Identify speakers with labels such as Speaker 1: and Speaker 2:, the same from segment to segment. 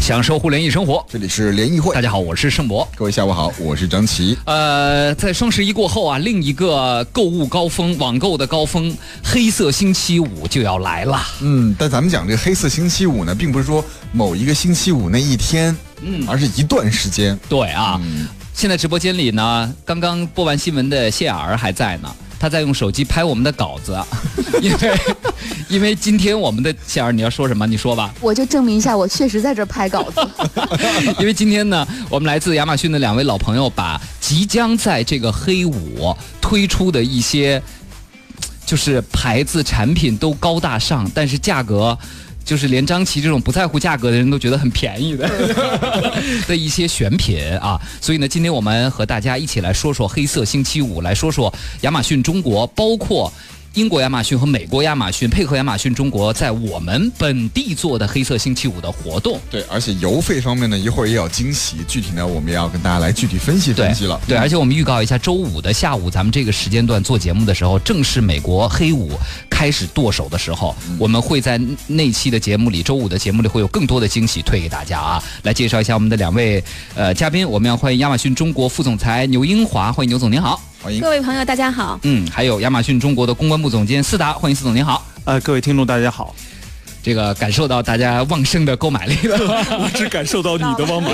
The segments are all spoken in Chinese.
Speaker 1: 享受互联易生活。
Speaker 2: 这里是联谊会
Speaker 1: 大，家好，我是盛博。
Speaker 2: 各位下午好，我是张琪。
Speaker 1: 呃，在双十一过后啊，另一个购物高峰，网购的高峰，黑色星期五就要来了。
Speaker 2: 嗯，但咱们讲这个黑色星期五呢，并不是说某一个星期五那一天，嗯，而是一段时间。
Speaker 1: 对啊，
Speaker 2: 嗯
Speaker 1: 现在直播间里呢，刚刚播完新闻的谢雅儿还在呢。她在用手机拍我们的稿子， 因为因为今天我们的谢雅儿，你要说什么？你说吧。
Speaker 3: 我就证明一下，我确实在这儿拍稿子。
Speaker 1: 因为今天呢，我们来自亚马逊的两位老朋友，把即将在这个黑五推出的一些，就是牌子产品都高大上，但是价格。就是连张琪这种不在乎价格的人都觉得很便宜的 的一些选品啊，所以呢，今天我们和大家一起来说说黑色星期五，来说说亚马逊中国，包括英国亚马逊和美国亚马逊配合亚马逊中国在我们本地做的黑色星期五的活动。
Speaker 2: 对，而且邮费方面呢，一会儿也有惊喜，具体呢，我们也要跟大家来具体分析
Speaker 1: 对
Speaker 2: 分析了。
Speaker 1: 对，而且我们预告一下，周五的下午，咱们这个时间段做节目的时候，正是美国黑五开始剁手的时候。我们会在那期的节目里，周五的节目里会有更多的惊喜推给大家啊！来介绍一下我们的两位呃嘉宾，我们要欢迎亚马逊中国副总裁牛英华，欢迎牛总您好。
Speaker 2: 欢迎
Speaker 4: 各位朋友，大家好。
Speaker 1: 嗯，还有亚马逊中国的公关部总监思达，欢迎思总您好。
Speaker 5: 呃，各位听众大家 好，
Speaker 1: 这个感受到大家旺盛的购买力了。
Speaker 5: 我只啊感受到你的汪买。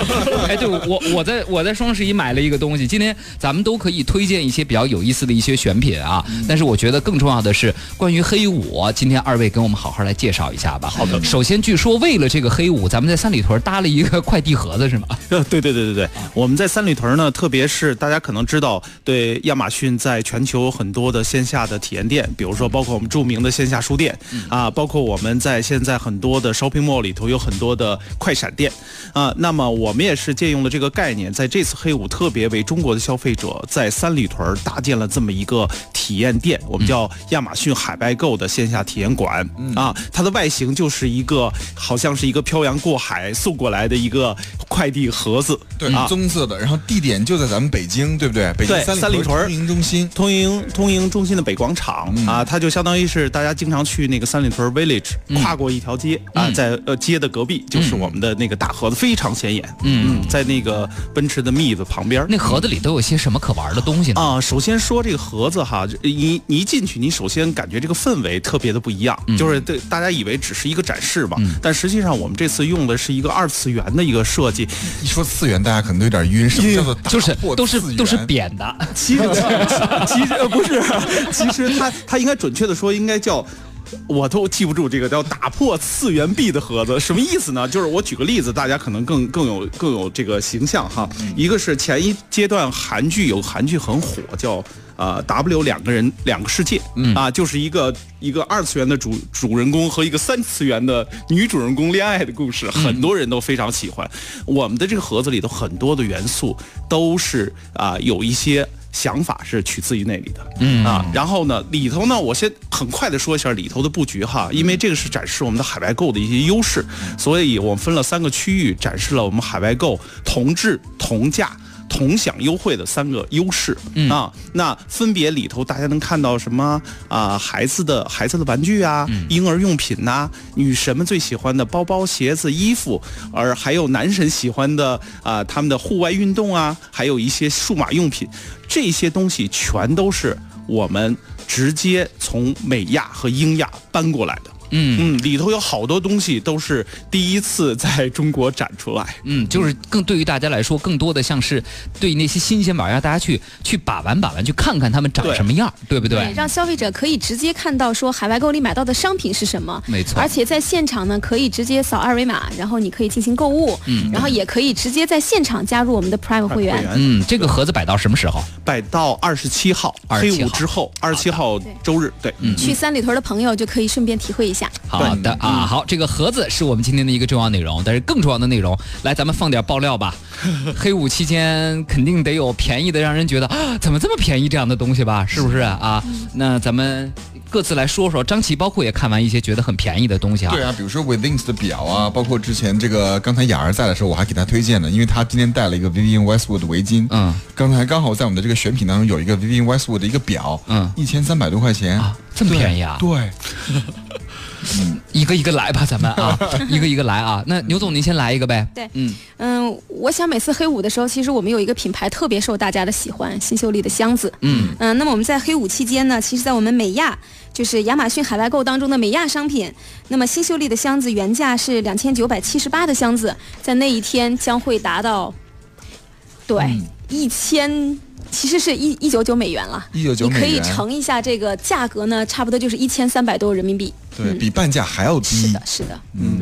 Speaker 1: 哎，对我我在我在双十一买了一个东西，今天咱们都可以推荐一些比较有意思的一些选品啊。但是我觉得更重要的是关于黑五，今天二位跟我们好好来介绍一下吧。好的。首先，据说为了这个黑五，咱们在三里屯搭了一个快递盒子，是吗？
Speaker 5: 呃，对对对对对，我们在三里屯呢，特别是大家可能知道，对亚马逊在全球很多的线下的体验店，比如说包括我们著名的线下书店啊，包括我们在现在很多的 shopping mall 里头有很多的快闪店啊。那么我们也是借用了这个概念，在这次黑五特别为中国的消费者在三里屯搭建了这么一个体验店，我们叫亚马逊海外购的线下体验馆啊。它的外形就是一个好像是一个漂洋过海送过来的一个快递盒子，
Speaker 2: 对，
Speaker 1: 嗯
Speaker 5: 啊。
Speaker 2: 棕色的，然后地点就在咱们北京，对不对？北京
Speaker 5: 对
Speaker 2: 三里
Speaker 5: 三里屯
Speaker 2: 屯
Speaker 5: 儿
Speaker 2: 运营中心。
Speaker 5: 通营通营中心的北广场、啊，它就相当于是大家经常去那个三里屯 Village，、跨过一条街啊，在呃街的隔壁就是我们的那个大盒子，非常显眼。嗯在那个奔驰的 m i 旁边。
Speaker 1: 那盒子里都有些什么可玩的东西呢？
Speaker 5: 啊，首先说这个盒子哈，这你你一进去，你首先感觉这个氛围特别的不一样，
Speaker 1: 嗯
Speaker 5: 就是对大家以为只是一个展示嘛，但实际上我们这次用的是一个二次元的一个设计，
Speaker 2: 一说次元，大家可能都有点晕，什么叫做打
Speaker 1: 就是
Speaker 2: 破
Speaker 1: 都是
Speaker 2: 次元
Speaker 1: 都是扁的，
Speaker 5: 其实其实呃不是， 其实它它应该准确的说应该叫。我都记不住这个叫打破次元壁的盒子什么意思呢？就是我举个例子，大家可能更更有更有这个形象哈。一个是前一阶段韩剧有韩剧很火，叫呃 W 两个人两个世界，啊，就是一个一个二次元的主主人公和一个三次元的女主人公恋爱的故事，很多人都非常喜欢。我们的这个盒子里头很多的元素都是啊、有一些想法是取自于那里的，嗯啊，然后呢，里头呢，我先很快的说一下里头的布局哈，因为这个是展示我们的海外购的一些优势，所以我们分了三个区域展示了我们海外购同质同价。同享优惠的三个优势、啊，那分别里头大家能看到什么啊、孩子的孩子的玩具啊，婴儿用品呐、女神们最喜欢的包包、鞋子、衣服，而还有男神喜欢的啊、他们的户外运动啊，还有一些数码用品，这些东西全都是我们直接从美亚和英亚搬过来的。
Speaker 1: 嗯
Speaker 5: 嗯，里头有好多东西都是第一次在中国展出来。
Speaker 1: 嗯，就是更对于大家来说，更多的像是对那些新鲜玩意儿，让大家去去把玩把玩，去看看它们长
Speaker 5: 对
Speaker 1: 什么样，对不对？
Speaker 4: 让消费者可以直接看到说海外购里买到的商品是什么，
Speaker 1: 没错
Speaker 4: 而且在现场呢，可以直接扫二维码，然后你可以进行购物，然后也可以直接在现场加入我们的 Prime 会员。
Speaker 1: 嗯，这个盒子摆到什么时候？
Speaker 5: 摆到二十七号，黑
Speaker 1: 27号
Speaker 5: 五之后，二十七号周日，对，嗯
Speaker 4: 去三里屯的朋友就可以顺便体会一下。
Speaker 1: 好
Speaker 2: 对嗯
Speaker 1: 的啊，好，这个盒子是我们今天的一个重要内容，但是更重要的内容，来，咱们放点爆 料吧。黑五期间肯定得有便宜的，让人觉得啊，怎么这么便宜这样的东西吧，是不是啊？那咱们各自来说说，张琪包括也看完一些觉得很便宜的东西啊。
Speaker 2: 对啊，比如说 Withings 的表啊，包括之前这个刚才雅儿在的时候，我还给她推荐呢，因为她今天带了一个 Vivian Westwood 的围巾，
Speaker 1: 嗯，
Speaker 2: 刚才刚好在我们的这个选品当中有一个 Vivian Westwood 的一个表，
Speaker 1: 嗯
Speaker 2: 一千三百多块钱
Speaker 1: 啊这么便宜啊
Speaker 2: 对，对
Speaker 1: 一个一个来吧，咱们 啊，一个一个来啊。那牛总您先来一个呗。
Speaker 4: 对
Speaker 1: 嗯，
Speaker 4: 嗯，我想每次黑五的时候，其实我们有一个品牌特别受大家的喜欢，新秀丽的箱子。
Speaker 1: 嗯
Speaker 4: 那么我们在黑五期间呢，其实在我们美亚，就是亚马逊海外购当中的美亚商品，那么新秀丽的箱子原价是两千九百七十八的箱子，在那一天将会达到，对，一千。其实是一一九九美元了，
Speaker 2: 199
Speaker 4: 你可
Speaker 2: 美
Speaker 4: 以
Speaker 2: 元
Speaker 4: 乘一下这个价格呢，差不多就是一千三百多人民币。
Speaker 2: 对比半价还要
Speaker 4: 是
Speaker 2: 低
Speaker 4: 的，，是的，
Speaker 2: 嗯，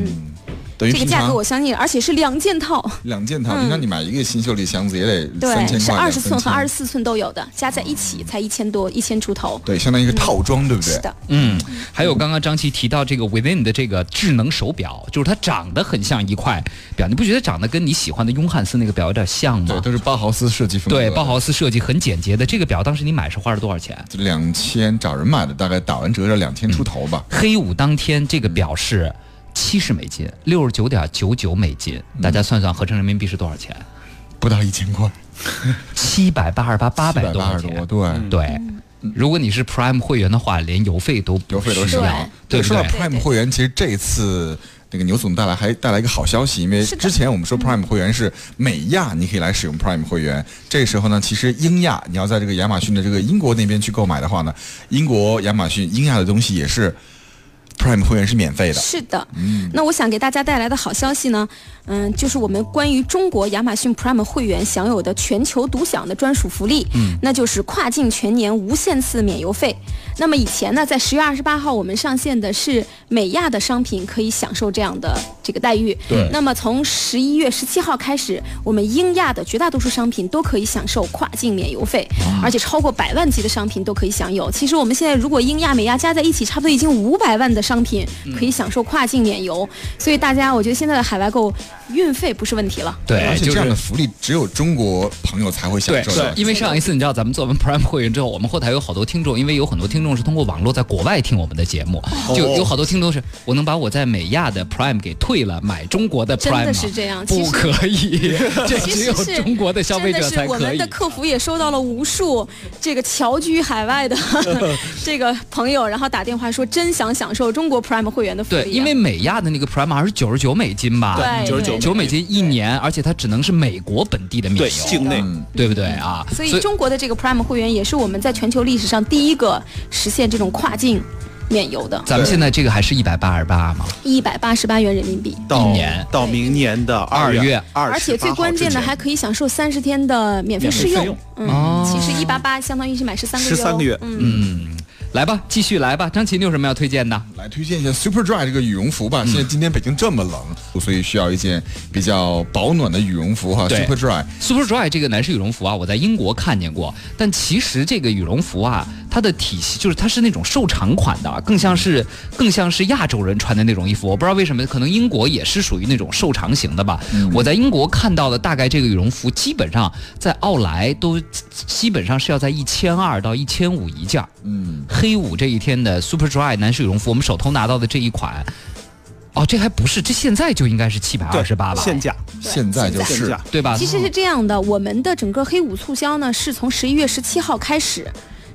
Speaker 2: 等于
Speaker 4: 这个
Speaker 2: 平
Speaker 4: 价
Speaker 2: 常
Speaker 4: 格我相信，而且是两件套。
Speaker 2: 两件套，平常你买一个新秀丽箱子也得三
Speaker 4: 对，
Speaker 2: 千
Speaker 4: 是
Speaker 2: 块，
Speaker 4: 二十
Speaker 2: 两三
Speaker 4: 寸和
Speaker 2: 千
Speaker 4: 二十，四寸都有的，加在一起才一千多，一千出头。
Speaker 2: 对，相当于一个套装，对不对？
Speaker 4: 是的，
Speaker 1: 嗯，还有刚刚张琪提到这个 Within 的这个智能手表，就是它长得很像一块表，你不觉得长得跟你喜欢的雍汉斯那个表有点像吗
Speaker 2: 对，？都是包豪斯设计风格的，
Speaker 1: 对，包豪斯设计很简洁的这个表，当时你买是花了多少钱？
Speaker 2: 两千找人买的，大概打完折要两千出头吧。
Speaker 1: 黑五当天这个表是七十美金，六十九点九九美金，
Speaker 2: 嗯
Speaker 1: 大家算算合成人民币是多少钱？
Speaker 2: 不到一千块，
Speaker 1: 七百八十八，八百多块
Speaker 2: 八十
Speaker 1: 钱
Speaker 2: 多，。对，
Speaker 1: 对，
Speaker 4: 嗯
Speaker 1: 如果你是 Prime 会员的话，连邮费都不
Speaker 2: 邮费都啊
Speaker 1: 需
Speaker 2: 省
Speaker 1: 要
Speaker 2: 了。
Speaker 1: 对不
Speaker 2: 说到
Speaker 1: 对？
Speaker 4: 对
Speaker 2: Prime 会员，其实这一次那个牛总带来还带来一个好消息，因为
Speaker 4: 是的嗯
Speaker 2: 之前我们说 Prime 会员是美亚你可以来使用 Prime 会员，这时候呢，其实英亚你要在这个亚马逊的这个英国那边去购买的话呢，英国亚马逊英亚的东西也是 Prime 会员是免费的。
Speaker 4: 是的。
Speaker 2: 嗯
Speaker 4: 那我想给大家带来的好消息呢，嗯，就是我们关于中国亚马逊 Prime 会员享有的全球独享的专属福利，嗯，那就是跨境全年无限次免邮费。那么以前呢，在十月二十八号我们上线的是美亚的商品可以享受这样的这个待遇。
Speaker 2: 对
Speaker 4: 那么从十一月十七号开始，我们英亚的绝大多数商品都可以享受跨境免邮费，而且超过百万级的商品都可以享有。其实我们现在如果英亚、美亚加在一起，差不多已经五百万的商品可以享受跨境免邮。所以大家，我觉得现在的海外购运费不是问题了。
Speaker 2: 而
Speaker 1: 对，
Speaker 2: 且
Speaker 1: 哎就
Speaker 2: 这样的
Speaker 1: 是。
Speaker 2: 福利只有中国朋友才会享
Speaker 1: 对
Speaker 2: 受到，。
Speaker 1: 因为上一次你知道咱们做完 Prime 会员之后，我们后台有好多听众，因为有很多听众是通过网络在国外听我们的节目，
Speaker 2: 哦
Speaker 1: 就有好多听众是，我能把我在美亚的 Prime 给退了，买中国的 Prime
Speaker 4: 真的
Speaker 1: 吗
Speaker 4: 是这样其
Speaker 1: 不
Speaker 4: 实
Speaker 1: 可以， 这
Speaker 4: 其
Speaker 1: 只
Speaker 4: 实
Speaker 1: 有
Speaker 4: 是
Speaker 1: 中国的消费者
Speaker 4: 真的
Speaker 1: 才
Speaker 4: 是我
Speaker 1: 可
Speaker 4: 们
Speaker 1: 以
Speaker 4: 的。客服也收到了无数这个侨居海外的 这个朋友，然后打电话说真想享受中国 Prime 会员的福利啊、
Speaker 1: 对，因为美亚的那个 Prime 好像是九十九美金吧，
Speaker 4: 对
Speaker 5: 九十九
Speaker 1: 九美金一年，而且它只能是美国本地的免
Speaker 5: 对
Speaker 1: 邮，
Speaker 5: 境内
Speaker 2: 嗯
Speaker 1: 对不对啊？
Speaker 4: 嗯所以中国的这个 Prime 会员也是我们在全球历史上第一个实现这种跨境免邮的，
Speaker 1: 咱们现在这个还是一百八十八吗？
Speaker 4: 一百八十八元人民币。
Speaker 5: 到
Speaker 1: 一年
Speaker 5: 到明年的
Speaker 1: 二
Speaker 5: 月
Speaker 1: 月
Speaker 5: 二，
Speaker 4: 而且最关键的还可以享受三十天的免费
Speaker 5: 免费
Speaker 4: 试
Speaker 5: 试
Speaker 4: 用
Speaker 5: 用，
Speaker 1: 哦
Speaker 4: 嗯，其实一八八相当于是买十三个月、哦，
Speaker 5: 13个月
Speaker 4: 嗯，
Speaker 1: 来吧，继续来吧，张琴你有什么要推荐的？
Speaker 2: 来推荐一下 Superdry 这个羽绒服
Speaker 1: 嗯
Speaker 2: 吧。现在今天北京这么冷，所以需要一件比较保暖的羽绒服哈。
Speaker 1: 对
Speaker 2: Superdry
Speaker 1: Superdry 这个男士羽绒服啊，我在英国看见过，但其实这个羽绒服啊，它的体系就是它是那种瘦长款的，啊更像是呃更像是亚洲人穿的那种衣服。我不知道为什么，可能英国也是属于那种瘦长型的吧。
Speaker 5: 嗯
Speaker 1: 我在英国看到的大概这个羽绒服，基本上在奥莱都基本上是要在一千二到一千五一件儿。
Speaker 2: 嗯，
Speaker 1: 黑五这一天的 Superdry 男士羽绒服，我们手头拿到的这一款。哦，这还不是，这现在就应该是七百
Speaker 5: 对
Speaker 1: 二十八吧？
Speaker 5: 现价
Speaker 2: 现在就
Speaker 5: 现
Speaker 2: 是
Speaker 5: 价。
Speaker 1: 对吧？
Speaker 4: 其实是这样的，我们的整个黑五促销呢是从十一月十七号开始。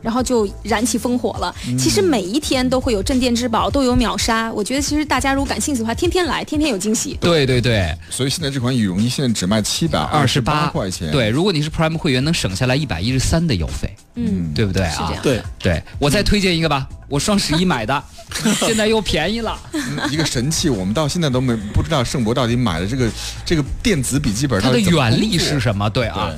Speaker 4: 然后就燃起烽火了。其实每一天都会有镇店之宝，都有秒杀。我觉得其实大家如果感兴趣的话，天天来，天天有惊喜。
Speaker 1: 对对对，
Speaker 2: 所以现在这款羽绒衣现在只卖七百
Speaker 1: 二
Speaker 2: 二
Speaker 1: 十
Speaker 2: 八
Speaker 1: 八
Speaker 2: 块钱。，
Speaker 1: 对，如果你是 Prime 会员，能省下来一百一十三的邮费，
Speaker 4: 嗯，
Speaker 1: 对不对
Speaker 4: 是这
Speaker 1: 啊？
Speaker 4: 样。
Speaker 5: 对，
Speaker 1: 对，我再推荐一个吧，我双十一买 的，现在又便宜了。
Speaker 2: 嗯、一个神器，我们到现在都没不知道盛博到底买的这个这个电子笔记本
Speaker 1: 它
Speaker 2: 到
Speaker 1: 的
Speaker 2: 底怎么
Speaker 1: 原理
Speaker 2: 工作
Speaker 1: 是什么？对啊。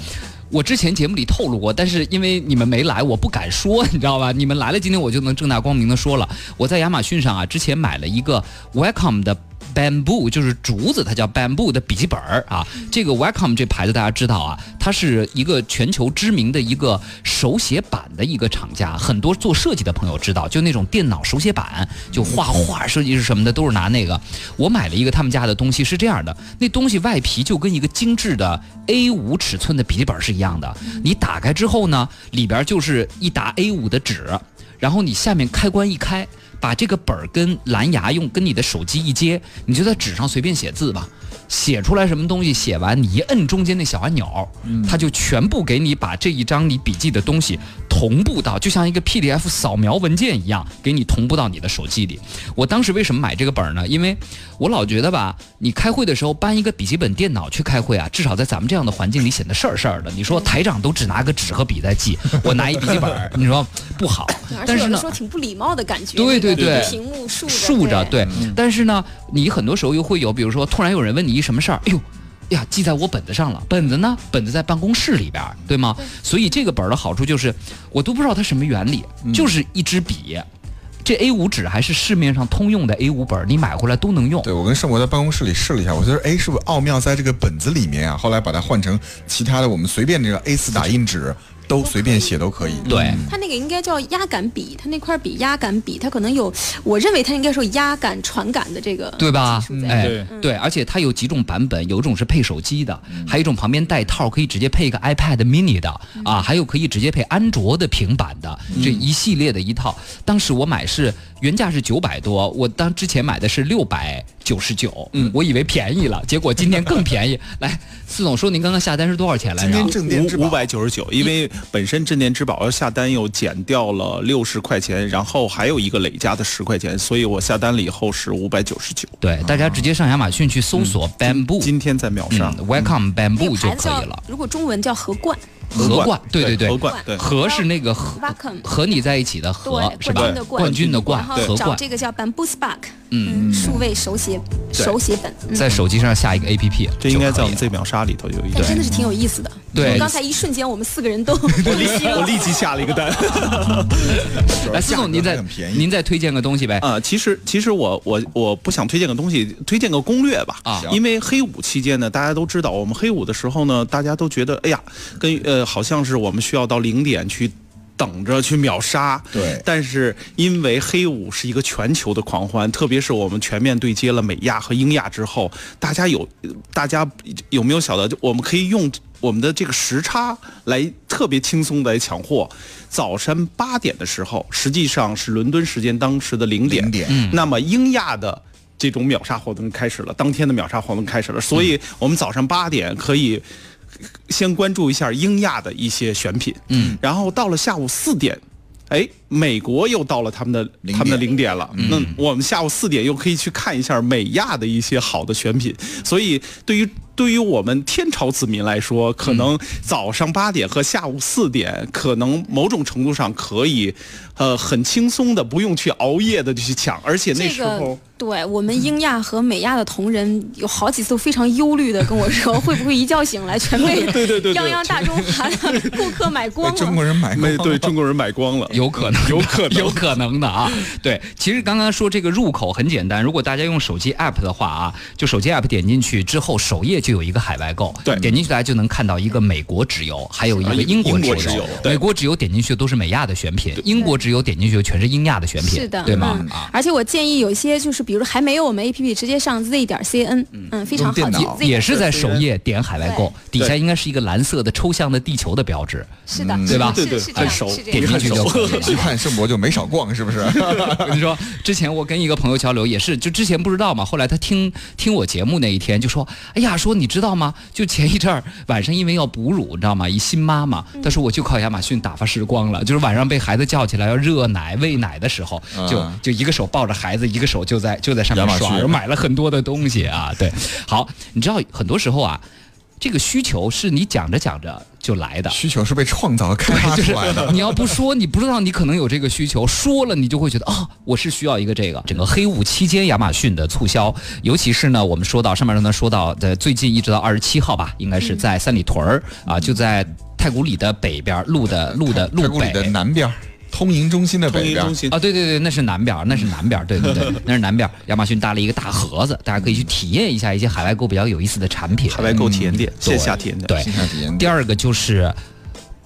Speaker 1: 我之前节目里透露过，但是因为你们没来，我不敢说，你知道吧？你们来了，今天我就能正大光明的说了。我在亚马逊上啊，之前买了一个 Wacom 的 Bamboo，就是竹子，它叫 Bamboo 的笔记本儿啊。
Speaker 2: 嗯
Speaker 1: 这个 Wacom 这牌子大家知道啊，它是一个全球知名的一个手写板的一个厂家，很多做设计的朋友知道，就那种电脑手写板，就画画设计师什么的都是拿那个。我买了一个他们家的东西是这样的，那东西外皮就跟一个精致的 A 五尺寸的笔记本是一样的。你打开之后呢，里边就是一沓 A 五的纸，然后你下面开关一开，把这个本儿跟蓝牙用跟你的手机一接，你就在纸上随便写字吧。写出来什么东西，写
Speaker 4: 嗯
Speaker 1: 完你一摁中间那小按钮，它就全部给你把这一张你笔记的东西同步到，就像一个 PDF 扫描文件一样，给你同步到你的手机里。我当时为什么买这个本儿呢？因为我老觉得吧，你开会的时候搬一个笔记本电脑去开会啊，至少在咱们这样的环境里显得事儿事儿的。你说台长都只拿个纸和笔在记，我拿一笔记本 儿，你说不好
Speaker 4: 而。且
Speaker 1: 但是
Speaker 4: 有的
Speaker 1: 呢
Speaker 4: 时，候挺不礼貌的感觉，
Speaker 1: 对对
Speaker 4: 那个
Speaker 1: 对
Speaker 4: 屏幕竖着
Speaker 1: 竖着，
Speaker 4: 对
Speaker 1: 对。但是呢，你很多时候又会有，比如说突然有人问你一什么事儿，哎呦。呀，记在我本子上了。本子呢？本子在办公室里边儿，对吗？所以这个本儿的好处就是，我都不知道它什么原理，就是一支笔。这 A 5纸还是市面上通用的 A 5本儿，你买回来都能用。
Speaker 2: 对，我跟盛博在办公室里试了一下，我觉得哎，是不是奥妙在这个本子里面啊？后来把它换成其他的，我们随便这个 A 4打印纸都随便写都可以。
Speaker 1: 对，
Speaker 4: 它那个应该叫压感笔，它那块笔压感笔，它可能有，我认为它应该是有压感传感的这个
Speaker 1: 对吧
Speaker 4: 技术？在
Speaker 1: 哎
Speaker 5: 对，
Speaker 1: 对，而且它有几种版本，有一种是配手机的，还有一种旁边带套可以直接配一个 iPad mini 的啊，还有可以直接配安卓的平板的，这一系列的一套。当时我买是原价是九百多，我当之前买的是六百九十九，我以为便宜了，结果今天更便宜。来，四总说您刚刚下单是多少钱来
Speaker 2: 今
Speaker 1: 着
Speaker 2: 天？正电之
Speaker 5: 五
Speaker 2: 宝
Speaker 5: 五百九十九，因为本身镇店之宝下单又减掉了六十块钱，然后还有一个累加的十块钱，所以我下单了以后是五百九十九。
Speaker 1: 对，大家直接上亚马逊去搜索 bamboo，
Speaker 5: 今天在秒杀
Speaker 1: 嗯，welcome
Speaker 4: 那个
Speaker 1: bamboo 就
Speaker 4: 牌子
Speaker 1: 可
Speaker 4: 叫
Speaker 1: 以了。
Speaker 4: 如果中文叫荷冠，
Speaker 1: 荷冠，对对对，
Speaker 5: 荷冠嗯对。
Speaker 1: 和是那个和
Speaker 4: Vacuum
Speaker 1: 和你在一起的和
Speaker 4: 对，
Speaker 1: 是吧？
Speaker 4: 冠军的冠，
Speaker 1: 冠军的冠，
Speaker 4: 然
Speaker 1: 和
Speaker 4: 后找
Speaker 1: 冠。
Speaker 4: 这个叫 Bamboo Spark，
Speaker 1: 嗯
Speaker 4: 嗯，数位手写
Speaker 1: 对
Speaker 4: 手写本，嗯
Speaker 1: 在手机上下一个 A P P，
Speaker 5: 这应该在我们这秒杀里头有一
Speaker 4: 但真
Speaker 5: 个。
Speaker 4: 的是挺有意思的。
Speaker 1: 对
Speaker 4: 刚才一瞬间我们四 个人都
Speaker 5: 我立我立即下了一个单。
Speaker 1: 来，司总，哎您
Speaker 2: 价格
Speaker 1: 再
Speaker 2: 还很便宜
Speaker 1: 您再推荐个东西呗？
Speaker 5: 啊、其实其实我我我不想推荐个东西，推荐个攻略吧。
Speaker 1: 啊
Speaker 5: 因为黑五期间呢，大家都知道，我们黑五的时候呢，大家都觉得，哎呀，跟呃，好像是我们需要到零点去。等着去秒杀，
Speaker 2: 对
Speaker 5: 但是因为黑五是一个全球的狂欢，特别是我们全面对接了美亚和英亚之后，大家有，大家有没有想到，就我们可以用我们的这个时差来特别轻松的来抢货？早晨八点的时候，实际上是伦敦时间当时的零点，
Speaker 2: 零点
Speaker 5: 那么英亚的这种秒杀活动开始了，当天的秒杀活动开始了，所以我们早上八点可以先关注一下英亚的一些选品，嗯，然后到了下午四点。哎，美国又到了他们的
Speaker 2: 零点
Speaker 5: 他们的零点了。那我们下午四点又可以去看一下美亚的一些好的选品。所以，对于对于我们天朝子民来说，可能早上八点和下午四点，可能某种程度上可以，呃，很轻松的，不用去熬夜的去抢，而且
Speaker 4: 这
Speaker 5: 那时候。
Speaker 4: 个。对我们英亚和美亚的同仁有好几次都非常忧虑的跟我说， 会不会一觉醒来全被
Speaker 5: 对对对对
Speaker 4: 泱泱大中华的顾客买
Speaker 2: 被
Speaker 4: 光
Speaker 2: 中
Speaker 4: 了？
Speaker 2: 国人买
Speaker 5: 没
Speaker 2: 光
Speaker 5: 对中国人买光了，
Speaker 1: 有可能，
Speaker 5: 有可能
Speaker 1: 有可能的啊。对，其实刚刚说这个入口很简单，如果大家用手机 app 的话啊，就手机 app 点进去之后，首页就有一个海外购，
Speaker 5: 对
Speaker 1: 点进去大家就能看到一个美国直邮，还有一个
Speaker 5: 是
Speaker 1: 英国
Speaker 5: 英国
Speaker 1: 直
Speaker 5: 直
Speaker 1: 邮
Speaker 5: 邮。对
Speaker 1: 美国直邮点进去都是美亚的选品，英国直邮点进去就全是英亚的选品，
Speaker 4: 是的，
Speaker 1: 对吗？
Speaker 4: 嗯
Speaker 1: 啊，
Speaker 4: 而且我建议有一些就是，比如还没有我们 A P P，直接上 Z 点 C N，嗯，非常
Speaker 2: 用
Speaker 4: 好
Speaker 2: 电
Speaker 4: 记
Speaker 2: 脑。
Speaker 4: Z
Speaker 1: 也是在首页点海外购，底下应该是一个蓝色的抽象的地球的标 志，
Speaker 4: 是的，
Speaker 1: 对吧
Speaker 4: 是
Speaker 5: 嗯对对
Speaker 4: 是这
Speaker 5: 很
Speaker 4: 样，
Speaker 5: 熟
Speaker 4: 是这
Speaker 1: 点
Speaker 4: 样。
Speaker 1: 进去就可以了。
Speaker 2: 一看盛博就没少逛，是 不是？
Speaker 1: 我跟你说，之前我跟一个朋友交流，也是就之前不知道嘛，后来他听听我节目那一天就说，哎呀，说你知道吗？就前一阵儿晚上因为要哺乳，你知道吗？一新妈妈，
Speaker 2: 嗯
Speaker 1: 她说我就靠亚马逊打发时光了，就是晚上被孩子叫起来要热奶喂奶的时候，就
Speaker 2: 啊
Speaker 1: 就一个手抱着孩子，一个手就在就在上面
Speaker 2: 亚马逊
Speaker 1: 刷，买了很多的东西啊。对，好，你知道很多时候啊，这个需求是你讲着讲着就来的，
Speaker 2: 需求是被创造、开发
Speaker 1: 就是
Speaker 2: 出来的。
Speaker 1: 你要不说，你不知道你可能有这个需求，说了你就会觉得啊、我是需要一个这个。整个黑五期间，亚马逊的促销，尤其是呢，我们说到上面呢说到的最近一直到二十七号吧，应该
Speaker 2: 嗯
Speaker 1: 是在三里屯儿啊，就在太古里的北边儿路的路的路
Speaker 2: 太古里
Speaker 1: 北
Speaker 2: 的南边儿，通营中心的
Speaker 5: 通
Speaker 2: 北
Speaker 5: 营
Speaker 2: 边儿
Speaker 5: 中，心
Speaker 1: 啊，对对对，那是南边儿，那是南边儿，对对 对，那是南边儿。亚马逊搭了一个大盒子，大家可以去体验一下一些海外购比较有意思的产品。
Speaker 5: 海外购体验店，线下体验店，
Speaker 1: 嗯对
Speaker 2: 线下体验
Speaker 1: 第
Speaker 2: 店。
Speaker 1: 二个就是。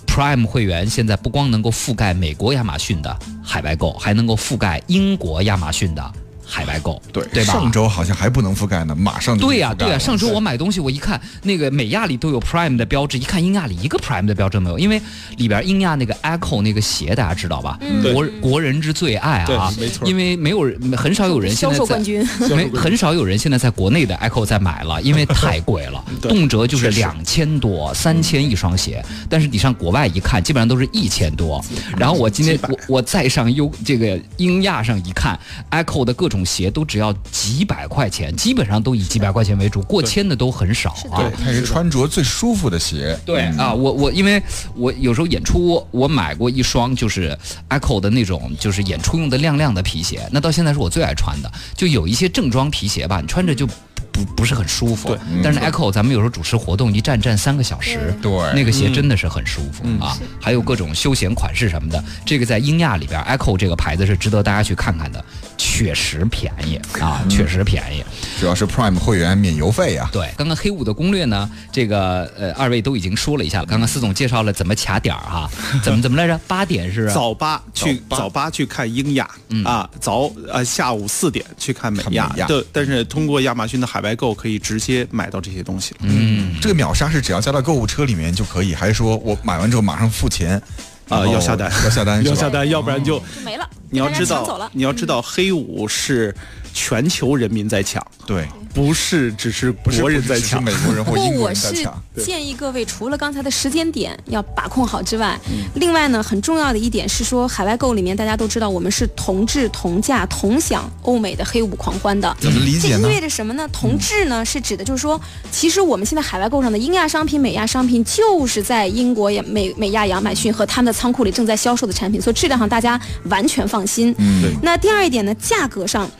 Speaker 1: Prime 会员现在不光能够覆盖美国亚马逊的海外购，还能够覆盖英国亚马逊的海外购，
Speaker 2: 对
Speaker 1: 对吧？
Speaker 2: 上周好像还不能覆盖呢，马上就
Speaker 1: 对呀、
Speaker 2: 呀、
Speaker 1: 对呀、上周我买东西，我一看那个美亚里都有 Prime 的标志，一看英亚里一个 Prime 的标志没有，因为里边英亚那个 Echo 那个鞋大家知道吧？
Speaker 4: 嗯
Speaker 1: 国国人之最爱啊，
Speaker 5: 对没错
Speaker 1: 因为没有人，很少有人现
Speaker 4: 销
Speaker 1: 在
Speaker 4: 售冠
Speaker 1: 在。
Speaker 4: 军，
Speaker 1: 没很少有人现在在国内的 Echo 在买 了，因为太贵了，
Speaker 5: 对
Speaker 1: 动辄就是
Speaker 5: 确实嗯
Speaker 1: 两千多、三千一双鞋。但是你上国外一看，基本上都是一千多。然后我今天
Speaker 5: 几百
Speaker 1: 我我再上优这个英亚上一看，Echo 的各种鞋都只要几百块钱，基本上都以几百块钱为主，过千的都很少啊。
Speaker 2: 对，它是穿着最舒服的鞋，嗯
Speaker 1: 对啊，我我因为我有时候演出，我买过一双就是 Echo 的那种，就是演出用的亮亮的皮鞋，那到现在是我最爱穿的。就有一些正装皮鞋吧，你穿着就不不是很舒服。
Speaker 5: 对
Speaker 1: 但是 Echo 咱们有时候主持活动一站站三个小时，
Speaker 2: 对
Speaker 1: 那个鞋真的是很舒服、啊。还有各种休闲款式什么的，这个在英亚里边，Echo 这个牌子是值得大家去看看的，确实便宜啊，确实便宜。
Speaker 2: 主要是 Prime 会员免邮费啊。
Speaker 1: 对，刚刚黑五的攻略呢，这个呃二位都已经说了一下了。刚刚司总介绍了怎么卡点儿哈、怎么怎么来着？八点是
Speaker 5: 早八去
Speaker 2: 八
Speaker 5: 早八去看英亚、啊，早呃下午四点去看美亚
Speaker 2: 看，美亚
Speaker 5: 对，但是通过亚马逊的海外购可以直接买到这些东西了。
Speaker 1: 嗯，
Speaker 2: 这个秒杀是只要加到购物车里面就可以，还是说我买完之后马上付钱？
Speaker 5: 啊
Speaker 2: 然后
Speaker 5: 要下单
Speaker 2: 要下单，
Speaker 5: 要
Speaker 2: 是吧
Speaker 5: 下单，要不然就、
Speaker 4: 就没了。
Speaker 5: 嗯你要
Speaker 4: 大家
Speaker 5: 知
Speaker 4: 抢走
Speaker 5: 道
Speaker 4: 了，
Speaker 5: 你要知道黑五是全球人民在抢，
Speaker 2: 对，
Speaker 5: 不是只是
Speaker 2: 嗯不是
Speaker 5: 国人在
Speaker 2: 只是
Speaker 5: 抢。
Speaker 2: 美国人
Speaker 4: 不
Speaker 2: 或
Speaker 4: 过
Speaker 2: 英国
Speaker 4: 我
Speaker 2: 人在
Speaker 4: 是
Speaker 2: 抢。
Speaker 4: 建议各位，除了刚才的时间点要把控好之外，
Speaker 2: 嗯
Speaker 4: 另外呢，很重要的一点是说，海外购里面大家都知道，我们是同质同价同享欧美的黑五狂欢的。
Speaker 2: 怎么理解
Speaker 4: 这意
Speaker 2: 呢？
Speaker 4: 味着什么呢？同质呢是指的就是说，其实我们现在海外购上的英亚商品、美亚商品，就是在英国也美美亚亚马逊和他们的仓库里正在销售的产品，所以质量上大家完全放心。
Speaker 2: 嗯，
Speaker 4: 那第二一点呢，价格上。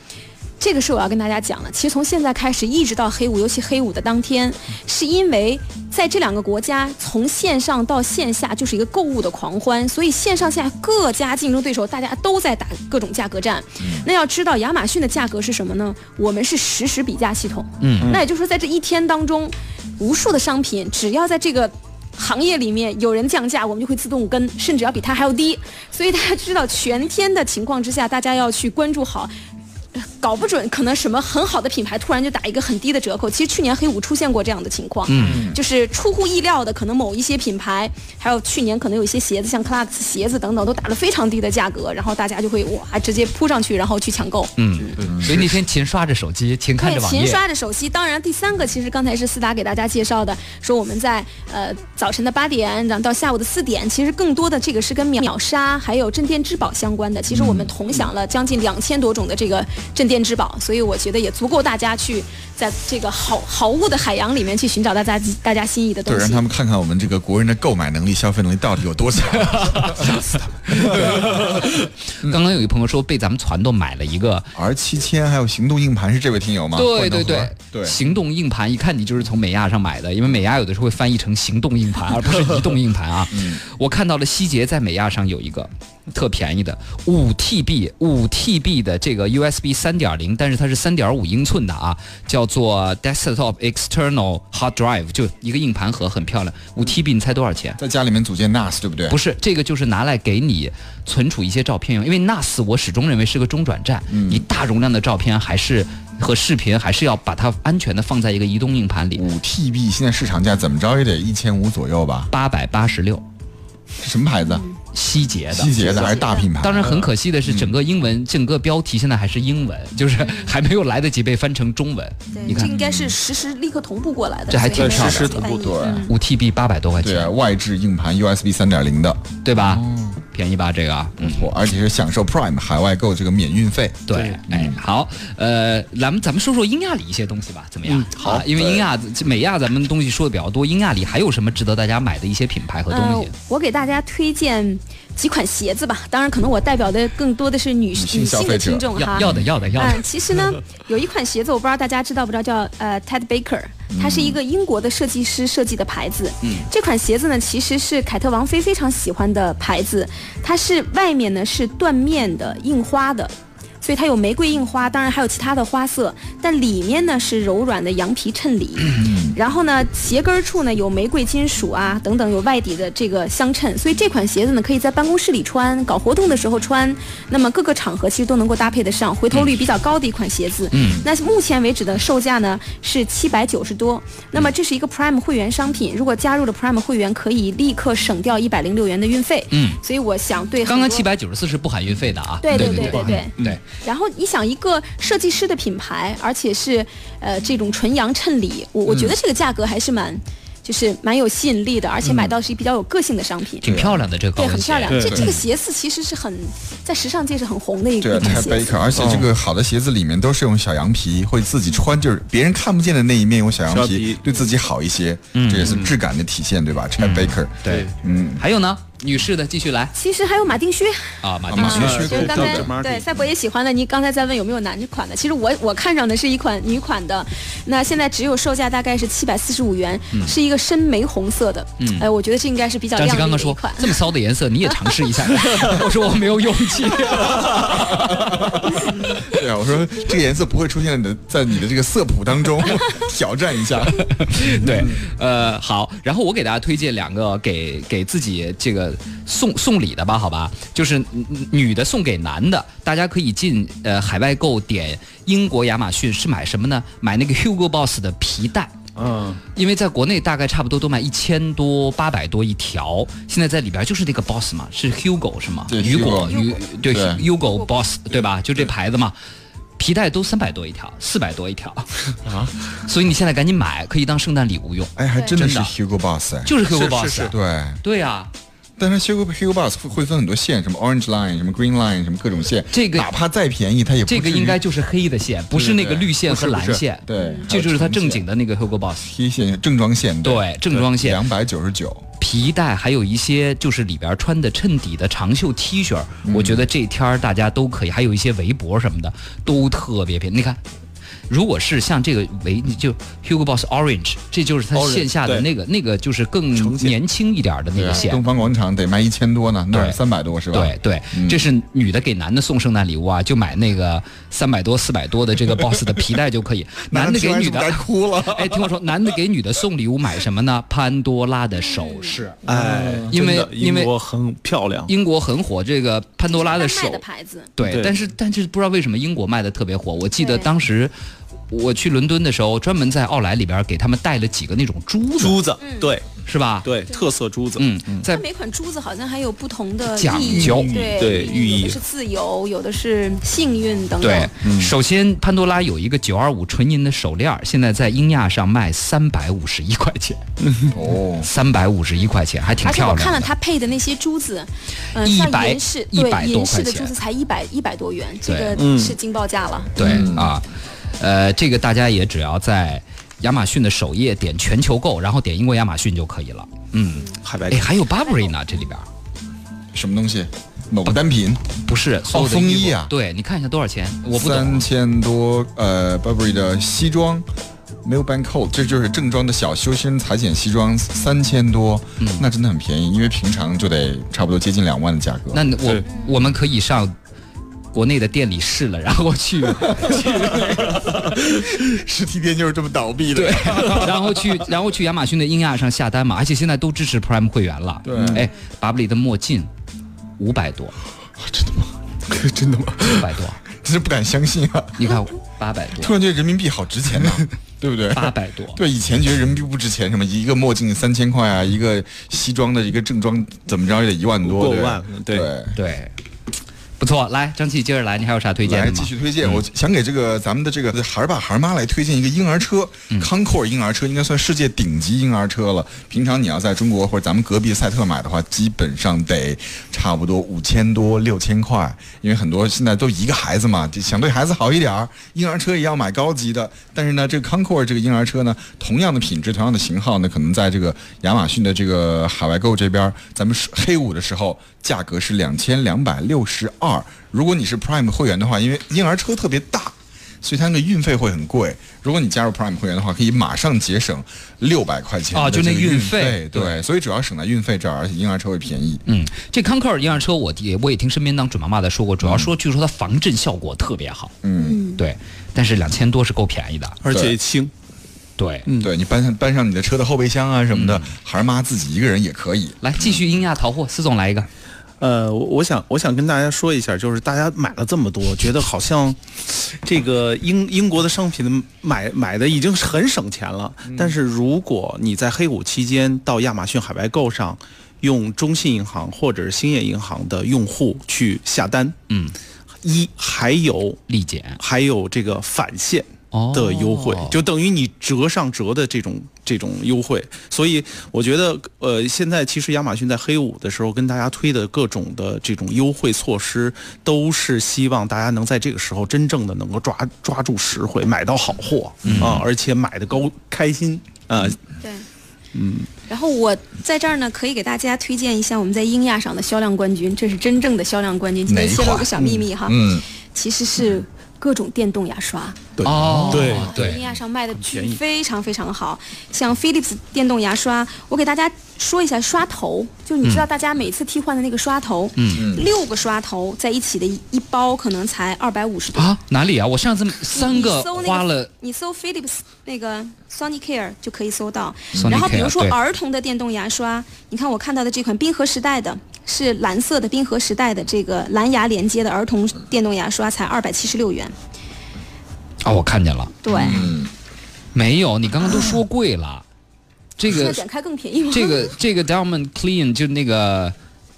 Speaker 4: 这个是我要跟大家讲的。其实从现在开始一直到黑五，尤其黑五的当天，是因为在这两个国家从线上到线下就是一个购物的狂欢，所以线上线下各家竞争对手大家都在打各种价格战。那要知道亚马逊的价格是什么呢？我们是实时比价系统。
Speaker 1: 嗯，
Speaker 4: 那也就是说在这一天当中，无数的商品只要在这个。行业里面有人降价，我们就会自动跟，甚至要比它还要低。所以大家知道，全天的情况之下，大家要去关注好呃搞不准可能什么很好的品牌突然就打一个很低的折扣。其实去年黑五出现过这样的情况，嗯，就是出乎意料的，可能某一些品牌，还有去年可能有一些鞋子，像 Clarks 鞋子等等，都打了非常低的价格，然后大家就会哇直接扑上去，然后去抢购。
Speaker 1: 所以那天勤刷着手机，勤看
Speaker 4: 对，
Speaker 1: 着网
Speaker 4: 勤
Speaker 1: 页，
Speaker 4: 刷着手机。当然，第三个其实刚才是思达给大家介绍的，说我们在呃早晨的八点，然后到下午的四点，其实更多的这个是跟秒秒杀还有镇店之宝相关的。其实我们同享了将近两千多种的这个镇店之宝，所以我觉得也足够大家去在这个好好物的海洋里面去寻找大家大家心仪的东
Speaker 2: 对，让
Speaker 4: 西
Speaker 2: 他。们看看我们这个国人的购买能力、消费能力到底有多 强。
Speaker 1: 刚刚有一朋友说被咱们团购买了一个，
Speaker 2: R 七千还有行动硬盘是这位听友吗？
Speaker 1: 对对
Speaker 2: 冠德
Speaker 1: 对
Speaker 2: 和对，
Speaker 1: 行动硬盘，一看你就是从美亚上买的，因为美亚有的时候会翻译成行动硬 盘，而不是移动硬盘啊。
Speaker 2: 嗯
Speaker 1: 我看到了希捷在美亚上有一个特便宜的五 TB 五 TB 的这个 USB 三点零，但是它是三点五英寸的啊，叫做 Desktop External Hard Drive，就一个硬盘盒，很漂亮。五 TB 你猜多少钱？
Speaker 2: 在家里面组建 NAS 对不对？
Speaker 1: 不是，这个就是拿来给你存储一些照片用，因为 NAS 我始终认为是个中转站，
Speaker 2: 嗯
Speaker 1: 你大容量的照片还是和视频还是要把它安全的放在一个移动硬盘里。
Speaker 2: 五 TB，现在市场价怎么着也得一千五左右吧？
Speaker 1: 八百八十六，
Speaker 2: 是什么牌子？
Speaker 1: 希捷的
Speaker 2: 希。捷的还是大品牌？
Speaker 1: 当然很可惜的是，
Speaker 2: 嗯
Speaker 1: 整个英文、整个标题现在还是英文，就是还没有来得及被翻成中文。你
Speaker 4: 对，这
Speaker 1: 看
Speaker 4: 应该是实时立刻同步过来的，
Speaker 1: 这还挺
Speaker 4: 所以
Speaker 1: 漂亮
Speaker 5: 实时同步
Speaker 4: 翻译
Speaker 2: 对
Speaker 4: 嗯
Speaker 1: 五 TB 八百多块
Speaker 2: 对
Speaker 1: 钱
Speaker 2: 啊，，哦外置硬盘 USB 三点零的，
Speaker 1: 对吧？便宜吧这个？嗯，
Speaker 2: 我而且是享受 Prime 海外购这个免运费。
Speaker 1: 对，哎，好，呃，咱们咱们说说英亚里一些东西吧，怎么样？嗯好、因为英亚美亚咱们东西说的比较多，英亚里还有什么值得大家买的一些品牌和东西
Speaker 4: 呃？我给大家推荐几款鞋子吧，当然可能我代表的更多的是女女
Speaker 2: 性消
Speaker 4: 性
Speaker 2: 费
Speaker 4: 的
Speaker 2: 者
Speaker 4: 听众哈
Speaker 1: 要。要的要的要的，
Speaker 4: 呃嗯，其实 呢，有一款鞋子，我不知道大家知道不知道，叫呃 Ted Baker，它
Speaker 1: 嗯
Speaker 4: 是一个英国的设计师设计的牌子。嗯，这款鞋子呢，其实是凯特王妃非常喜欢的牌子，它是外面呢是缎面的、印花的。所以它有玫瑰印花，当然还有其他的花色，但里面呢是柔软的羊皮衬里，
Speaker 1: 嗯
Speaker 4: 然后呢鞋跟儿处呢有玫瑰金属啊等等有外底的这个相衬，所以这款鞋子呢可以在办公室里穿，搞活动的时候穿，那么各个场合其实都能够搭配得上，回头率比较高的一款鞋子。
Speaker 1: 嗯
Speaker 4: 那目前为止的售价呢是七百九十多，那么这是一个 Prime 会员商品，如果加入了 Prime 会员，可以立刻省掉一百零六元的运费。
Speaker 1: 嗯，
Speaker 4: 所以我想对很
Speaker 1: 刚刚
Speaker 4: 多
Speaker 1: 七百九十四是不含运费的啊。
Speaker 4: 对
Speaker 1: 对
Speaker 4: 对对
Speaker 1: 对
Speaker 4: 对对。
Speaker 1: 对，
Speaker 4: 然后你想一个设计师的品牌，而且是呃这种纯羊衬里，我我觉得这个价格还是蛮，就是蛮有吸引力的，而且买到是比较有个性的商品。
Speaker 1: 挺漂亮的这个高
Speaker 4: 对，
Speaker 1: 跟鞋，
Speaker 4: 很漂亮。这
Speaker 5: 对
Speaker 4: 这个鞋子其实是很在时尚界是很红的一
Speaker 2: 对
Speaker 4: 个
Speaker 2: 啊，
Speaker 4: 一款
Speaker 2: 太
Speaker 4: 鞋
Speaker 2: baker，
Speaker 4: 子。
Speaker 2: 而且这个好的鞋子里面都是用小羊皮，会自己穿，就是别人看不见的那一面用小
Speaker 5: 小
Speaker 2: 羊
Speaker 5: 羊
Speaker 2: 皮
Speaker 5: 皮，
Speaker 2: 对自己好一些，这也是质感的体现，对吧？拆 baker，
Speaker 1: 对，
Speaker 2: 嗯，
Speaker 1: 还有呢，女士的继续来
Speaker 4: 其实还有马丁靴，
Speaker 1: 啊，马
Speaker 2: 啊
Speaker 1: 丁
Speaker 2: 马
Speaker 1: 靴
Speaker 2: 丁
Speaker 4: 啊
Speaker 2: 靴
Speaker 4: 就是刚
Speaker 5: 对
Speaker 4: 才
Speaker 5: ，Dr. Martens
Speaker 4: 对赛博也喜欢的，你刚才在问有没有男款的，其实我我看上的是一款女款的，那现在只有售价大概是七百四十五元，是一个深玫红色的，哎、我觉得这应该是比较
Speaker 1: 嗯张
Speaker 4: 亮
Speaker 1: 琪刚刚
Speaker 4: 丽的一
Speaker 1: 说
Speaker 4: 款。
Speaker 1: 这么骚的颜色你也尝试 一下，我说我没有勇气。
Speaker 2: 对啊，我说这个颜色不会出现在你的在你的这个色谱当中， 挑战一下。
Speaker 1: 对，呃，好，然后我给大家推荐两个给给自己这个送送礼的吧，好吧，就是嗯女的送给男的，大家可以进呃海外购点英国亚马逊是买什么呢？买那个 Hugo Boss 的皮带。
Speaker 5: 嗯，
Speaker 1: 因为在国内大概差不多都卖一千多、八百多一条，现在在里边就是那个 Boss 嘛，是 Hugo 是吗？
Speaker 2: 对
Speaker 1: 雨果
Speaker 2: Hugo，
Speaker 1: 雨对
Speaker 2: 对
Speaker 1: Hugo Boss 对吧？就这牌子嘛，皮带都三百多一条，四百多一条啊， 所以你现在赶紧买，可以当圣诞礼物用，
Speaker 2: 哎，还真的
Speaker 1: 真
Speaker 2: 是
Speaker 1: 的
Speaker 2: Hugo Boss，哎
Speaker 1: 就是 Hugo
Speaker 5: 是
Speaker 1: Boss 啊。
Speaker 5: 是
Speaker 2: 对，
Speaker 1: 对啊，
Speaker 2: 但是 Hugo Hugo Boss 会会分很多线，什么 Orange Line，什么 Green Line，什么各种线，
Speaker 1: 这个
Speaker 2: 哪怕再便宜，它也不
Speaker 1: 这个
Speaker 2: 至于
Speaker 1: 应该就是黑的线，不是那个绿线和蓝线。
Speaker 2: 对对
Speaker 1: 这就是它正经的
Speaker 2: 的
Speaker 1: 那个 Hugo Boss。
Speaker 2: T 线正装线，
Speaker 1: 对，正装线、
Speaker 2: 两百九十九。
Speaker 1: 皮带，还有一些就是里边穿的衬底的长袖 T 恤，我觉得这天儿大家都可以，还有一些围脖什么的都特别便宜。你看，如果是像这个围，你就 Hugo Boss Orange，这就是它
Speaker 5: Orange，
Speaker 1: 线下的
Speaker 5: 对
Speaker 1: 那个那个就是更
Speaker 5: 呈现
Speaker 1: 年轻一点的那个线。
Speaker 2: 啊东方广场得卖一千多呢，那
Speaker 1: 对
Speaker 2: 儿三百多是吧？嗯
Speaker 1: 对对，这是女的给男的送圣诞礼物啊，就买那个三百多、四百多的 这个 boss 的皮带就可以。男的给女的
Speaker 2: 男，听完是不是该哭了。
Speaker 1: 哎，听我说，男的给女的送礼物买什么呢？潘多拉的首饰。
Speaker 2: 嗯
Speaker 5: 哎，
Speaker 1: 因为
Speaker 5: 真的
Speaker 1: 因为
Speaker 5: 英国很漂亮，
Speaker 1: 英国很火，这个潘多拉的
Speaker 4: 丹麦
Speaker 1: 手
Speaker 4: 的，牌子，
Speaker 1: 对，
Speaker 5: 对
Speaker 1: 但是但是不知道为什么英国卖的特别火。我记得
Speaker 4: 对
Speaker 1: 当时我去伦敦的时候，专门在奥莱里边给他们带了几个那种珠子，
Speaker 5: 珠子，对
Speaker 1: 是吧？，
Speaker 5: 对，特色珠子，
Speaker 1: 嗯，在
Speaker 4: 它每款珠子好像还有不同的
Speaker 1: 讲
Speaker 4: 意义
Speaker 1: 究
Speaker 4: 对
Speaker 5: 对寓意
Speaker 4: 有的是自由，有的是幸运等等。
Speaker 1: 对，首先潘多拉有一个九二五纯银的手链儿，现在在英亚上卖三百五十一块钱，
Speaker 2: 哦，
Speaker 1: 三百五十一块钱，还挺
Speaker 4: 而且我
Speaker 1: 漂
Speaker 4: 看了
Speaker 1: 亮的。
Speaker 4: 它配的那些珠子，嗯、
Speaker 1: 100
Speaker 4: 像银饰，
Speaker 1: 100
Speaker 4: 对
Speaker 1: 多
Speaker 4: 银
Speaker 1: 块
Speaker 4: 饰的
Speaker 1: 钱
Speaker 4: 珠子才一百一百多元，这
Speaker 1: 对嗯
Speaker 4: 个是惊爆价了。
Speaker 1: 对、啊，呃，这个大家也只要在亚马逊的首页点全球购，然后点英国亚马逊就可以了。嗯，
Speaker 5: 海白
Speaker 1: 哎，还有 Burberry 呢，这里边儿
Speaker 2: 什么东西？某个单品
Speaker 1: 不是所有的
Speaker 2: 风
Speaker 1: 衣服
Speaker 2: 衣啊
Speaker 1: 对，你看一下多少钱？我不懂
Speaker 2: 三。千多，呃，Burberry 的西装。Milbank coat，这就是正装的小修身裁剪西装，三千多，
Speaker 1: 嗯
Speaker 2: 那真的很便宜，因为平常就得差不多接近两万的价格。
Speaker 1: 那我
Speaker 5: 对
Speaker 1: 我们可以上国内的店里试了，然后去
Speaker 2: 实体店就是这么倒闭的。对，
Speaker 1: 然后去，然后去亚马逊的英亚上下单嘛，而且现在都支持 Prime 会员了。
Speaker 2: 对
Speaker 1: 哎，巴布里的墨镜五百多，
Speaker 2: 真的吗？
Speaker 1: 五百多，
Speaker 2: 真是不敢相信啊！
Speaker 1: 你看八百
Speaker 2: 突
Speaker 1: 多，
Speaker 2: 然觉得人民币好 值钱呐、对不对？
Speaker 1: 八百多，
Speaker 2: 对，以前觉得人民币不值钱，什么一个墨镜三千块啊，一个西装的一个正装怎么着也得一万多，
Speaker 5: 过
Speaker 2: 对吧
Speaker 5: 万了对
Speaker 2: 对。
Speaker 1: 对，不错。来，张继接着来，你还有啥推荐
Speaker 2: 来
Speaker 1: 的嗯
Speaker 2: 继
Speaker 1: 吗？
Speaker 2: 续推荐，我想给这个咱们的这个孩儿爸孩儿妈来推荐一个婴儿车、c
Speaker 1: 嗯
Speaker 2: o n c o r 婴儿车应该算世界顶级婴儿车了。平常你要在中国或者咱们隔壁赛特买的话，基本上得差不多五千多六千块，因为很多现在都一个孩子嘛，就想对孩子好一点儿，婴儿车也要买高级的。但是呢，这个 c o n c o r 这个婴儿车呢，同样的品质、同样的型号呢，可能在这个亚马逊的这个海外购这边儿，咱们是黑五的时候价格是两千两百六十二。如果你是 Prime 会员的话，因为婴儿车特别大，所以它那个运费会很贵。如果你加入 Prime 会员的话，可以马上节省六百块钱
Speaker 1: 啊
Speaker 2: 的
Speaker 1: 就那
Speaker 2: 这个
Speaker 1: 运
Speaker 2: 运
Speaker 1: 费
Speaker 2: 对，
Speaker 1: 对
Speaker 2: 所以主要省在运费这儿，而且婴儿车会便宜。
Speaker 1: 嗯，这康科尔婴儿车我也我也听身边当准妈妈的说过，主要说据说它防震效果特别好，
Speaker 2: 嗯，
Speaker 1: 对，但是两千多是够便宜的，
Speaker 5: 而且
Speaker 2: 对
Speaker 5: 轻，
Speaker 1: 对。
Speaker 5: 嗯
Speaker 2: 对你搬上搬上你的车的后备箱啊什么
Speaker 1: 嗯
Speaker 2: 的，孩儿妈自己一个人也可以。
Speaker 1: 来，继续英亚淘货，司总来一个。
Speaker 5: 呃，我我想我想跟大家说一下，就是大家买了这么多，觉得好像这个英英国的商品买买的已经是很省钱了。但是如果你在黑五期间到亚马逊海外购上，用中信银行或者是兴业银行的用户去下单，
Speaker 1: 嗯，
Speaker 5: 一还有
Speaker 1: 立减
Speaker 5: 还有这个返现
Speaker 1: 哦
Speaker 5: 的优惠，就等于你折上折的这种这种优惠。所以我觉得，呃，现在其实亚马逊在黑五的时候跟大家推的各种的这种优惠措施，都是希望大家能在这个时候真正的能够抓抓住实惠，买到好货啊、而且买的高开心啊、
Speaker 4: 对，嗯。然后我在这儿呢，可以给大家推荐一下我们在英亚上的销量冠军，这是真正的销量冠军。今天
Speaker 2: 哪一
Speaker 4: 泄露
Speaker 2: 款
Speaker 4: 个小秘密哈，
Speaker 2: 嗯，
Speaker 4: 其实是各种电动牙刷。
Speaker 5: 对
Speaker 1: 哦，
Speaker 5: 对
Speaker 1: 对
Speaker 4: 英，亚上卖的
Speaker 5: 便宜
Speaker 4: 非常非常好，像 Philips 电动牙刷，我给大家说一下刷头，就是你知道大家每次替换的那个刷头，
Speaker 1: 嗯
Speaker 4: 六个刷头在一起的一一包可能才二百五十多。
Speaker 1: 啊，哪里啊？我上次
Speaker 4: 你
Speaker 1: 三个
Speaker 4: 你搜那
Speaker 1: 花了，
Speaker 4: 你搜 Philips 那个 Sonicare 就可以搜到。
Speaker 1: Sonicare，
Speaker 4: 然后比如说
Speaker 1: 对
Speaker 4: 儿童的电动牙刷，你看我看到的这款冰河时代的，是蓝色的冰河时代的这个蓝牙连接的儿童电动牙刷，才二百七十六元。
Speaker 1: 啊，我看见了，
Speaker 4: 对，
Speaker 1: 嗯没有，你刚刚都说贵了，这
Speaker 4: 现在
Speaker 1: 个
Speaker 4: 点开更便宜吗？
Speaker 1: 这个这个 Diamond Clean 就那个。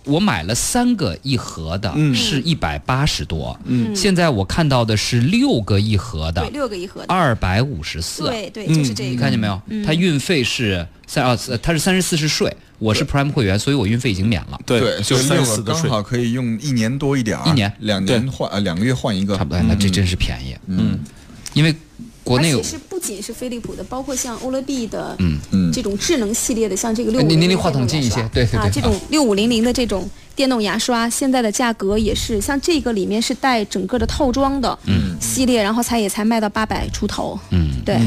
Speaker 1: 我买了三个一盒的，
Speaker 5: 嗯
Speaker 1: 是一百八十多。嗯，现在我看到的是六个一盒
Speaker 4: 对
Speaker 1: 的，
Speaker 4: 六个一盒的。
Speaker 1: 二百五十四。啊嗯
Speaker 4: 对嗯对，就是这
Speaker 1: 你
Speaker 4: 个
Speaker 1: 看。见没有？它运费是三啊，它是三十四是税。我是 Prime 会员，所以我运费已经免了。
Speaker 5: 对，
Speaker 2: 所以
Speaker 5: 三
Speaker 2: 六
Speaker 5: 四
Speaker 2: 个
Speaker 5: 的
Speaker 2: 刚
Speaker 5: 税。
Speaker 2: 好可以用一年多一点儿，
Speaker 1: 一
Speaker 2: 啊
Speaker 1: 年
Speaker 2: 两年换呃两个月换一个，
Speaker 1: 差不多，哎那这真是便宜。嗯，因为国
Speaker 4: 而
Speaker 1: 内
Speaker 4: 且是不仅是飞利浦的，包括像欧乐 B 的，
Speaker 1: 嗯
Speaker 2: 嗯
Speaker 4: 这种智能系列的，像这个六
Speaker 1: 呃
Speaker 4: 五
Speaker 1: 您
Speaker 4: 零
Speaker 1: 您话筒近一些对对对
Speaker 4: 啊，这种六五零零的这种电动牙刷，现在的价格也是，像这个里面是带整个的套装的，系列，然后才也才卖到八百出头，
Speaker 1: 嗯
Speaker 4: 对。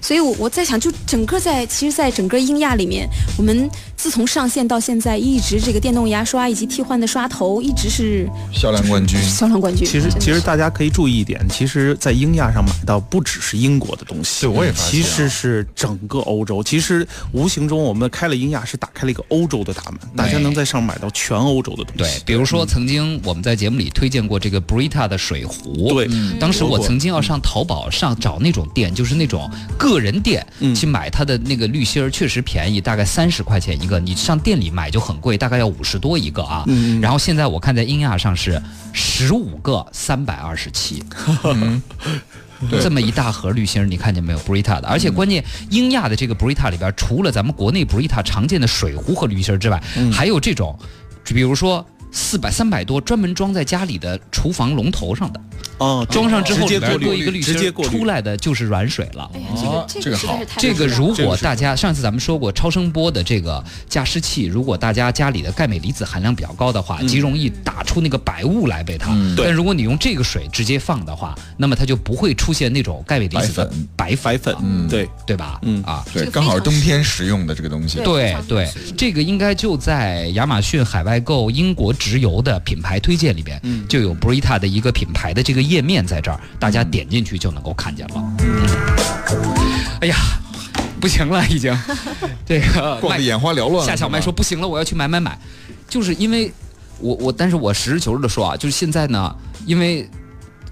Speaker 4: 所以我，我在想，就整个在，其实，在整个英亚里面，我们自从上线到现在，一直这个电动牙刷以及替换的刷头，一直是
Speaker 2: 销量冠军。
Speaker 4: 销量冠军。
Speaker 5: 其实
Speaker 4: 真的，
Speaker 5: 其
Speaker 4: 是
Speaker 5: 实大家可以注意一点，其实，在英亚上买到不只是英国的东西，
Speaker 2: 对我也发现啊
Speaker 5: 其实是整个欧洲。其实无形中我们开了英亚，是打开了一个欧洲的大门，大家能在上买到全欧洲的东
Speaker 1: 对
Speaker 5: 西。，
Speaker 1: 比如说曾经我们在节目里推荐过这个 Brita 的水壶，
Speaker 5: 对嗯
Speaker 1: 当时我
Speaker 5: 说过
Speaker 1: 曾经要上淘宝上找那种店，就是那种个人店去买它的那个滤芯儿，确实便宜，大概三十块钱一个，你上店里买就很贵，大概要五十多一个啊。然后现在我看在英亚上是十五个三百二十七，这么一大盒滤芯儿，你看见没有？Brita 的，而且关键英亚的这个 Brita 里边，除了咱们国内 Brita 常见的水壶和滤芯儿之外，还有这种，比如说。四百三百多，专门装在家里的厨房龙头上的，
Speaker 5: 啊，
Speaker 1: 装哦上之后
Speaker 5: 直
Speaker 1: 里
Speaker 5: 接
Speaker 1: 边
Speaker 5: 过
Speaker 1: 多一个
Speaker 5: 滤，
Speaker 1: 滤
Speaker 5: 直
Speaker 1: 芯儿
Speaker 5: 接过滤
Speaker 1: 出。来的就是软水了。
Speaker 4: 哎呀，
Speaker 2: 哦
Speaker 4: 这
Speaker 2: 这个
Speaker 4: 个这个实在
Speaker 2: 好
Speaker 4: 是太
Speaker 1: 这
Speaker 4: 重
Speaker 1: 个
Speaker 4: 要了
Speaker 1: 如果大家上次咱们说过超声波的这个加湿器，如果大家家里的钙镁离子含量比较高的话，极容易打出那个白雾来被它。
Speaker 5: 嗯对
Speaker 1: 但如果你用这个水直接放的话，那么它就不会出现那种钙镁离子的白
Speaker 5: 白
Speaker 1: 粉，啊
Speaker 5: 粉，对，
Speaker 1: 对吧？
Speaker 5: 嗯
Speaker 1: 啊。
Speaker 2: 对，
Speaker 4: 这个
Speaker 2: 刚好
Speaker 4: 非常
Speaker 2: 冬天使用的这个东西
Speaker 4: 对。非
Speaker 1: 对
Speaker 4: 常
Speaker 1: 对
Speaker 4: 好吃，
Speaker 1: 这个应该就在亚马逊海外购英国直邮的品牌推荐里边，
Speaker 4: 嗯
Speaker 1: 就有 Brita 的一个品牌的这个页面在这儿，大家点进去就能够看见了。
Speaker 4: 嗯
Speaker 1: 哎呀，不行了，已 经，这个
Speaker 2: 逛
Speaker 1: 卖
Speaker 2: 得眼花缭乱啊了。
Speaker 1: 夏小麦说不行了，我要去买买买，就是因为我我，但是我实事求是的说啊，就是现在呢，因为。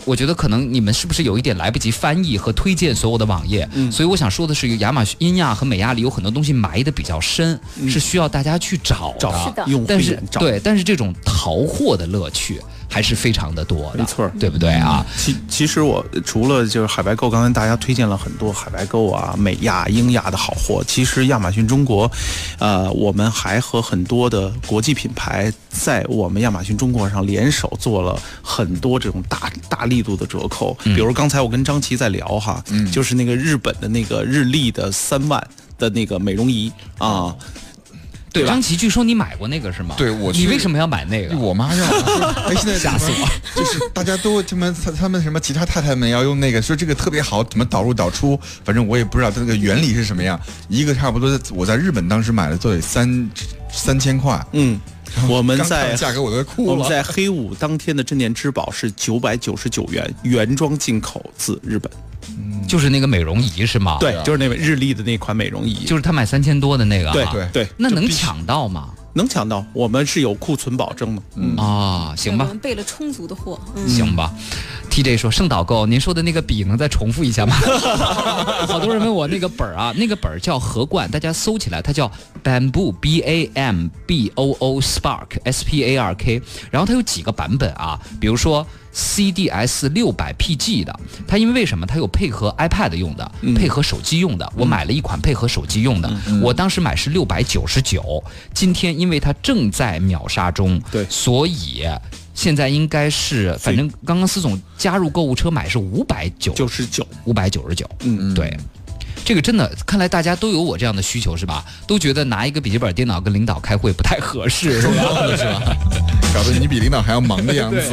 Speaker 1: 我觉得可能你们是不是有一点来不及翻译和推荐所有的网页，
Speaker 5: 嗯
Speaker 1: 所以我想说的是，亚马逊、英亚和美亚里有很多东西埋的比较深，是需要大家去找
Speaker 5: 嗯找
Speaker 4: 是的
Speaker 5: 用户
Speaker 1: 但是
Speaker 5: 眼找，
Speaker 1: 对，但是这种淘货的乐趣还是非常的多的，
Speaker 5: 没错儿嗯
Speaker 1: 对不对啊？
Speaker 5: 其其实我除了就是海外购，刚才大家推荐了很多海外购啊、美亚、英亚的好货。其实亚马逊中国，呃，我们还和很多的国际品牌在我们亚马逊中国上联手做了很多这种大大力度的折扣。
Speaker 2: 嗯
Speaker 5: 比如刚才我跟张琪在聊哈，就是那个日本的那个日立的三万的那个美容仪啊。对吧
Speaker 1: 张？琪，据说你买过那个是吗？
Speaker 2: 对我
Speaker 1: 你
Speaker 2: 去
Speaker 1: 为什么要买那个？
Speaker 2: 我妈让我说， 哎，现在
Speaker 1: 吓死我！
Speaker 2: 就是大家都他们他他们什么其他太太们要用那个，说这个特别好，怎么导入导出，反正我也不知道它那个原理是什么样。一个差不多在我在日本当时买的都得三三千块，
Speaker 5: 嗯，我们在
Speaker 2: 刚价格我都哭
Speaker 5: 我们
Speaker 2: 了。
Speaker 5: 在黑五当天的镇店之宝是九百九十九元，原装进口自日本。
Speaker 1: 就是那个美容仪啊是吗？，
Speaker 5: 对，就是那位日立的那款美容仪。
Speaker 1: 就是他买三千多的那个、啊。
Speaker 5: 对
Speaker 2: 对
Speaker 5: 对，
Speaker 1: 那
Speaker 5: 就
Speaker 1: 能
Speaker 5: 必须
Speaker 1: 抢到吗？
Speaker 5: 能抢到，我们是有库存保证的。嗯，
Speaker 1: 啊、行
Speaker 4: 我
Speaker 1: 吧，
Speaker 4: 们备了充足的货。嗯，
Speaker 1: 行吧。TJ 说：“盛导购，您说的那个笔能再重复一下吗？”好多人问我那个本儿啊，那个本儿叫何冠，大家搜起来，它叫 Bamboo B A M B O O Spark S P A R K。然后它有几个版本啊，比如说 CDS 六百 PG 的，它因为为什么它有配合 iPad 用的，配合手机用的，我买了一款配合手机用的，我当时买是六百九十九，今天因为它正在秒杀中，
Speaker 5: 对
Speaker 1: 所以。现在应该是，反正刚刚司总加入购物车买是五百九
Speaker 5: 九十九，
Speaker 1: 五百九十九。
Speaker 5: 嗯，
Speaker 1: 对，这个真的，看来大家都有我这样的需求是吧？都觉得拿一个笔记本电脑跟领导开会不太合 适是吧？是吧？
Speaker 2: 搞得你比领导还要忙的样子。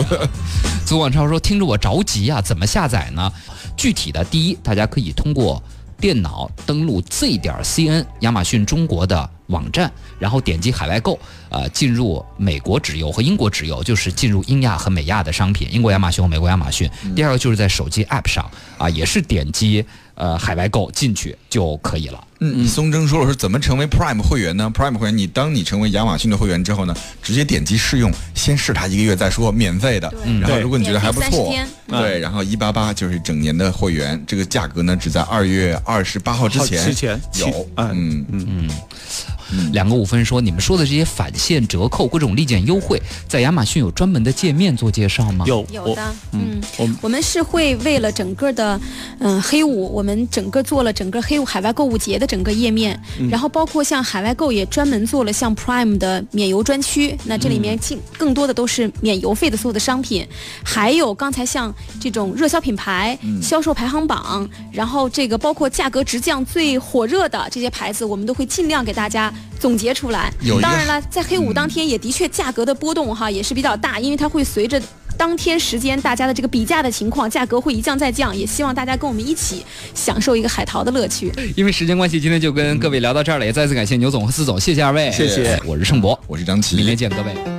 Speaker 1: 左广超说：“听着我着急啊，怎么下载呢？具体的，第一，大家可以通过电脑登录 z 点 cn 亚马逊中国的网站，然后点击海外购，呃，进入美国直邮和英国直邮，就是进入英亚和美亚的商品，英国亚马逊和美国亚马逊。
Speaker 5: 嗯
Speaker 1: 第二个就是在手机 app 上啊，也是点击呃海外购进去就可以了。”
Speaker 2: 嗯，松征说了说怎么成为 Prime 会员呢？Prime 会员，你当你成为亚马逊的会员之后呢，直接点击试用，先试它一个月再说，免费的。然后
Speaker 5: 对
Speaker 2: 如果你觉得还不
Speaker 4: 免费30
Speaker 2: 错
Speaker 4: 天，
Speaker 2: 对，然后一八八就是整年的会员，这个价格呢只在二月二十八号之前
Speaker 5: 之前
Speaker 2: 有，
Speaker 5: 嗯
Speaker 2: 嗯。
Speaker 1: 两个五分说，你们说的这些返现、折扣、各种立减优惠，在亚马逊有专门的界面做介绍吗？
Speaker 5: 有
Speaker 4: 有
Speaker 5: 我
Speaker 4: 的，
Speaker 5: 嗯
Speaker 4: 嗯，
Speaker 5: 我们
Speaker 4: 我们是会为了整个的，嗯、黑五，我们整个做了整个黑五海外购物节的整个页面，
Speaker 2: 嗯
Speaker 4: 然后包括像海外购也专门做了像 Prime 的免邮专区，那这里面进更多的都是免邮费的所有的商品，还有刚才像这种热销品牌、
Speaker 2: 嗯
Speaker 4: 销售排行榜，然后这个包括价格直降最火热的这些牌子，我们都会尽量给大家总结出来
Speaker 2: 有一个。
Speaker 4: 当然了，在黑五当天也的确价格的波动哈也是比较大，因为它会随着。当天时间，大家的这个比价的情况，价格会一降再降，也希望大家跟我们一起享受一个海淘的乐趣。
Speaker 1: 因为时间关系，今天就跟各位聊到这儿了，也再次感谢牛总和司总，谢谢二位，
Speaker 5: 谢谢
Speaker 1: 我是盛博，
Speaker 2: 我是张
Speaker 1: 明
Speaker 2: 琪
Speaker 1: 天。见，各位。